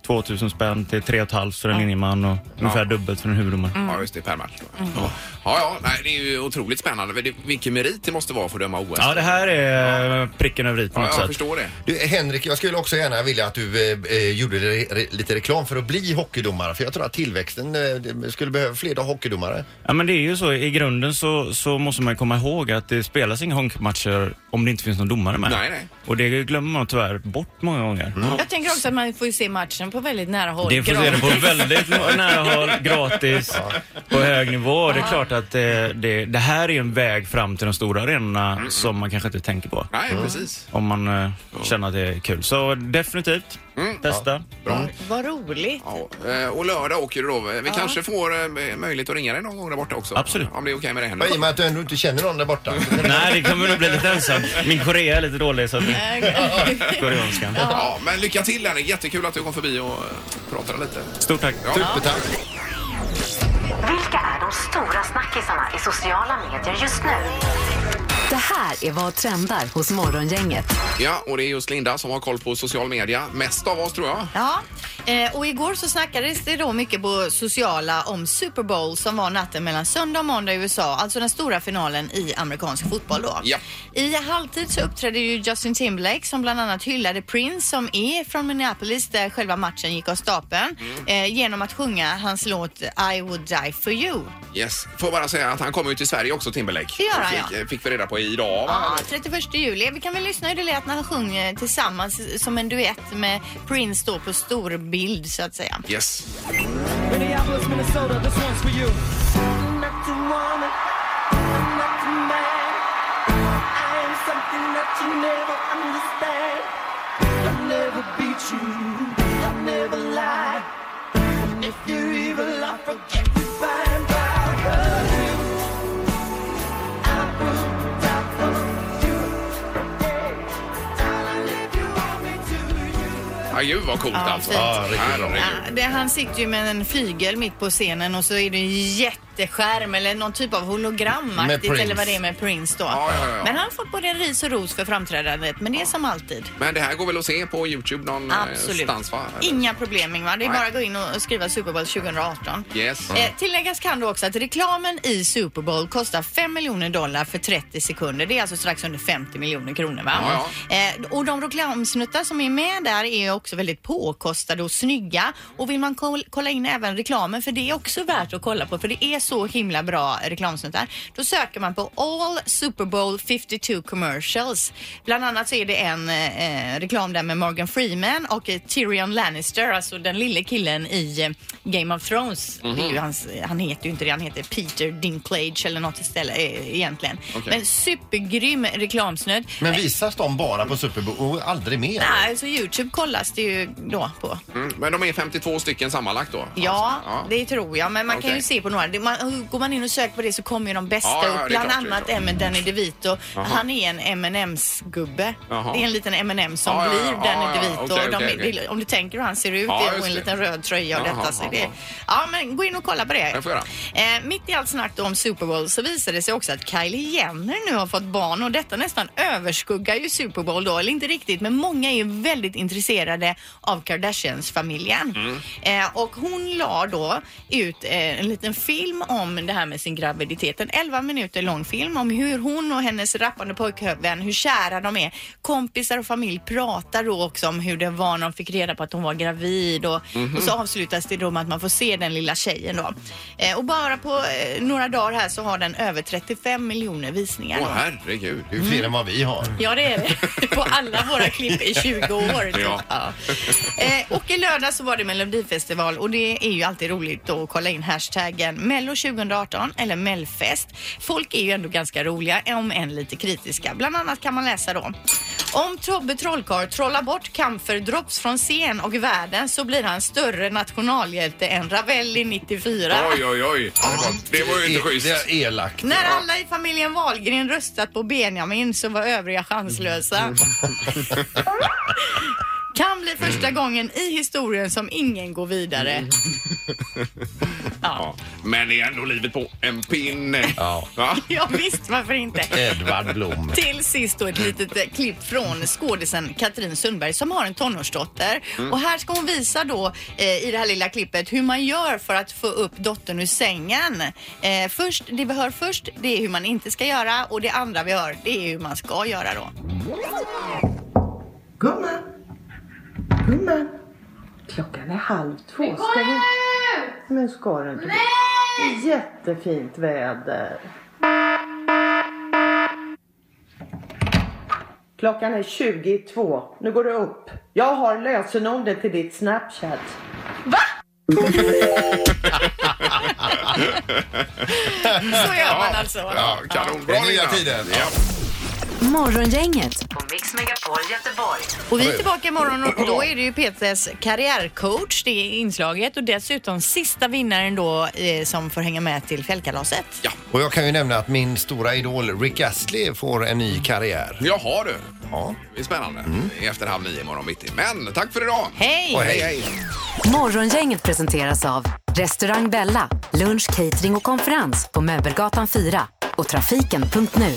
Speaker 10: 2000 spänn till 3,5 för en linjeman och ungefär dubbelt för en huvuddomare.
Speaker 1: Ja, just det. Per match. då. Ja, ja. Nej, det är ju otroligt spännande. Men det- Vilken merit det måste vara för att döma OS.
Speaker 10: Ja, det här är eh, pricken över i på
Speaker 1: Ja,
Speaker 10: något
Speaker 1: jag
Speaker 10: sätt.
Speaker 1: förstår det.
Speaker 2: Du, Henrik, jag skulle också gärna vilja att du eh, eh, gjorde re, re, lite reklam för att bli hockeydomare. För jag tror att tillväxten eh, det skulle behöva fler hockeydomare.
Speaker 10: Ja, men det är ju så. I grunden så, så måste man komma ihåg att det spelas inga honkmatcher om det inte finns någon domare med.
Speaker 1: Nej, Mm. nej.
Speaker 10: Och det glömmer man tyvärr bort många gånger.
Speaker 3: Jag tänker också att man får ju se matchen på väldigt nära håll.
Speaker 10: Det får se det på
Speaker 3: gratis.
Speaker 10: väldigt nära håll, gratis, på hög nivå. Det är klart att eh, det, det här är en väg fram till de stora arenorna
Speaker 1: Mm.
Speaker 10: som man kanske inte tänker på.
Speaker 1: Nej, precis.
Speaker 10: Om man eh, känner att det är kul. Så definitivt, Testa.
Speaker 1: Bra.
Speaker 3: Vad roligt.
Speaker 1: Eh, Och lördag åker du då. Vi kanske får eh, möjlighet att ringa dig någon gång där borta också. Absolut. Om det är okej med det
Speaker 2: Ja, I och
Speaker 1: händer.
Speaker 2: med att du ändå inte känner någon
Speaker 1: (laughs)
Speaker 2: där borta.
Speaker 10: Nej, det kommer nog bli lite ensam. Min Korea är lite dålig så att koreanskan.
Speaker 1: Ja, men lycka till Henrik. Jättekul att du kom förbi och eh, pratade lite.
Speaker 10: Stort tack.
Speaker 1: Ja.
Speaker 2: Supertack.
Speaker 4: Vilka är de stora snackisarna i sociala medier just nu? Det här är vad trendar hos Morgongänget.
Speaker 1: Ja, och det är just Linda som har koll på social media. Mest av oss tror jag.
Speaker 3: (laughs) Ja, eh, och igår så snackades det då mycket på sociala om Super Bowl som var natten mellan söndag och måndag i USA, alltså den stora finalen i amerikansk fotboll då.
Speaker 1: Ja.
Speaker 3: I halvtid så uppträdde ju Justin Timberlake som bland annat hyllade Prince som är från Minneapolis där själva matchen gick av stapeln
Speaker 10: Mm.
Speaker 3: eh, genom att sjunga hans låt I would die for you.
Speaker 1: Yes. Får bara säga att han kommer ju till Sverige också, Timberlake.
Speaker 3: Det gör han,
Speaker 1: fick, eh, fick vi reda på idag, va?
Speaker 3: Ja, 31 juli. Vi kan väl lyssna hur det lät när han sjunger tillsammans som en duett med Prince då på stor bild så att säga.
Speaker 1: Yes.
Speaker 11: Minneapolis, Minnesota, this one's for you. Nothing woman, nothing man. I am something that you never understand. I never beat you, I never lie. And if you're evil, I forget you fine.
Speaker 1: Ja, gud vad coolt alltså.
Speaker 3: fint.
Speaker 2: Ja, riktigt bra.
Speaker 1: Herregud.
Speaker 3: Ja, det, han sitter ju med en flygel mitt på scenen och så är det en jätteskärm eller någon typ av
Speaker 2: Med
Speaker 3: hologramaktigt
Speaker 2: Prince.
Speaker 3: eller vad det är med Prince då.
Speaker 1: Ja, ja, ja.
Speaker 3: Men han har fått både ris och ros för framträdandet men det är som alltid.
Speaker 1: Men det här går väl att se på Youtube
Speaker 3: Absolut.
Speaker 1: någonstans, va? eh, Eller?
Speaker 3: Inga problem Ingvar. Det är
Speaker 1: Nej.
Speaker 3: bara att gå in och skriva Super Bowl 2018.
Speaker 1: Yes.
Speaker 3: Eh, tilläggas kan då också att reklamen i Super Bowl kostar 5 miljoner dollar för 30 sekunder. Det är alltså strax under 50 miljoner kronor. Va?
Speaker 1: Ja,
Speaker 3: Eh, och de reklamsnuttar som är med där är också väldigt påkostade och snygga. Och vill man kol- kolla in även reklamen, för det är också värt att kolla på för det är så himla bra reklamsnuttar. Då söker man på All Super Bowl 52 Commercials. Bland annat så är det en eh, reklam där med Morgan Freeman och eh, Tyrion Lannister, alltså den lille killen i eh, Game of Thrones. Det är ju hans, han heter ju inte det, han heter Peter Dinklage eller något istället eh, egentligen.
Speaker 1: Okej.
Speaker 3: Men supergrym reklamsnutt.
Speaker 2: Men visas de bara på Super Bowl och aldrig mer?
Speaker 3: Nej, så Youtube kollas det ju då på.
Speaker 1: Mm, men de är 52 stycken sammanlagt då?
Speaker 3: Ja,
Speaker 1: Alltså, ja.
Speaker 3: det tror jag. Men man kan
Speaker 1: Okej.
Speaker 3: ju se på några. Det- Man, går man in och söker på det så kommer ju de bästa
Speaker 1: Ja, ja, det är
Speaker 3: upp. Bland
Speaker 1: klart, det är
Speaker 3: annat
Speaker 1: klart. Mm.
Speaker 3: en med Danny DeVito.
Speaker 1: Jaha.
Speaker 3: Han är en M&M's gubbe
Speaker 1: Jaha.
Speaker 3: Det är en liten M&M som
Speaker 1: Ja, ja, ja.
Speaker 3: blir
Speaker 1: Ja,
Speaker 3: Danny
Speaker 1: ja,
Speaker 3: DeVito.
Speaker 1: okej,
Speaker 3: Och de,
Speaker 1: okej,
Speaker 3: det-
Speaker 1: okej.
Speaker 3: Om du tänker hur han ser ut.
Speaker 1: Ja,
Speaker 3: det är
Speaker 1: just
Speaker 3: och en
Speaker 1: det.
Speaker 3: liten röd tröja och
Speaker 1: Jaha,
Speaker 3: detta. Så
Speaker 1: jaha.
Speaker 3: det, ja, men gå in och kolla på det.
Speaker 1: Jag får göra.
Speaker 3: Eh, mitt i allt snack då om Super Bowl så visade det sig också att Kylie Jenner nu har fått barn och detta nästan överskuggar ju Super Bowl då, eller inte riktigt men många är ju väldigt intresserade av Kardashians-familjen.
Speaker 1: Mm.
Speaker 3: Eh, och hon la då ut eh, en liten film om det här med sin graviditet, en 11 minuter lång film om hur hon och hennes rappande pojkvän, hur kära de är. Kompisar och familj pratar då också om hur det var när de fick reda på att hon var gravid och, och så avslutas det då med att man får se den lilla tjejen då. Eh, och bara på eh, några dagar här så har den över 35 miljoner visningar.
Speaker 1: Åh
Speaker 3: då.
Speaker 1: herregud.
Speaker 2: Det är ju fler än vad vi har.
Speaker 3: Ja, det är det. (laughs) På alla våra klipp i 20 år. typ.
Speaker 1: Ja.
Speaker 3: Ja. Eh, och i lördag så var det Melodifestival och det är ju alltid roligt då att kolla in hashtaggen Mello 2018 eller Mellfest. Folk är ju ändå ganska roliga, om än lite kritiska. Bland annat kan man läsa då. Om Tobbe Trollkarl trollar bort Camphordrops från scen och världen så blir han större nationalhjälte än Ravelli 94.
Speaker 1: Oj, oj, oj. Ja, det var- Det var ju inte schysst.
Speaker 2: Det är elakt.
Speaker 3: När alla i familjen Wahlgren röstat på Benjamin så var övriga chanslösa. (laughs) Kan bli första gången i historien som ingen går vidare.
Speaker 1: Ja. Men det är ändå livet på en pinne.
Speaker 2: Ja.
Speaker 1: Va?
Speaker 3: (laughs) Ja, visst, varför inte?
Speaker 2: Edvard Blom.
Speaker 3: Till sist då ett litet eh, klipp från skådisen Katrin Sundberg som har en tonårsdotter. Och här ska hon visa då eh, i det här lilla klippet hur man gör för att få upp dottern ur sängen. Eh, först, det vi hör först det är hur man inte ska göra och det andra vi hör det är hur man ska göra då.
Speaker 11: Gumman! Gumman! Klockan är halv två. Ska vi... Men ska du inte? Nej! Jättefint väder. Klockan är 22. Nu går du upp. Jag har lösenordet till ditt Snapchat.
Speaker 3: Så gör man alltså.
Speaker 1: Ja, kanon.
Speaker 2: Det
Speaker 1: Bra
Speaker 3: alltså.
Speaker 2: är nya
Speaker 1: Linda.
Speaker 2: tiden.
Speaker 1: Ja.
Speaker 4: Morgongänget.
Speaker 3: På Mix Megapol Göteborg. Och vi är tillbaka imorgon och då är det ju Peters karriärcoach, det är inslaget och dessutom sista vinnaren då eh, som får hänga med till fjällkalaset.
Speaker 2: Och jag kan ju nämna att min stora idol Rick Astley får en ny karriär.
Speaker 1: Jaha du.
Speaker 2: Ja. Mm.
Speaker 1: Det är spännande. Efter halv nio imorgon bitti. Men tack för idag.
Speaker 3: Hej!
Speaker 1: Och hej, hej.
Speaker 4: Morgongänget presenteras av Restaurang Bella, lunch, catering och konferens på Möbelgatan 4 och trafiken.nu.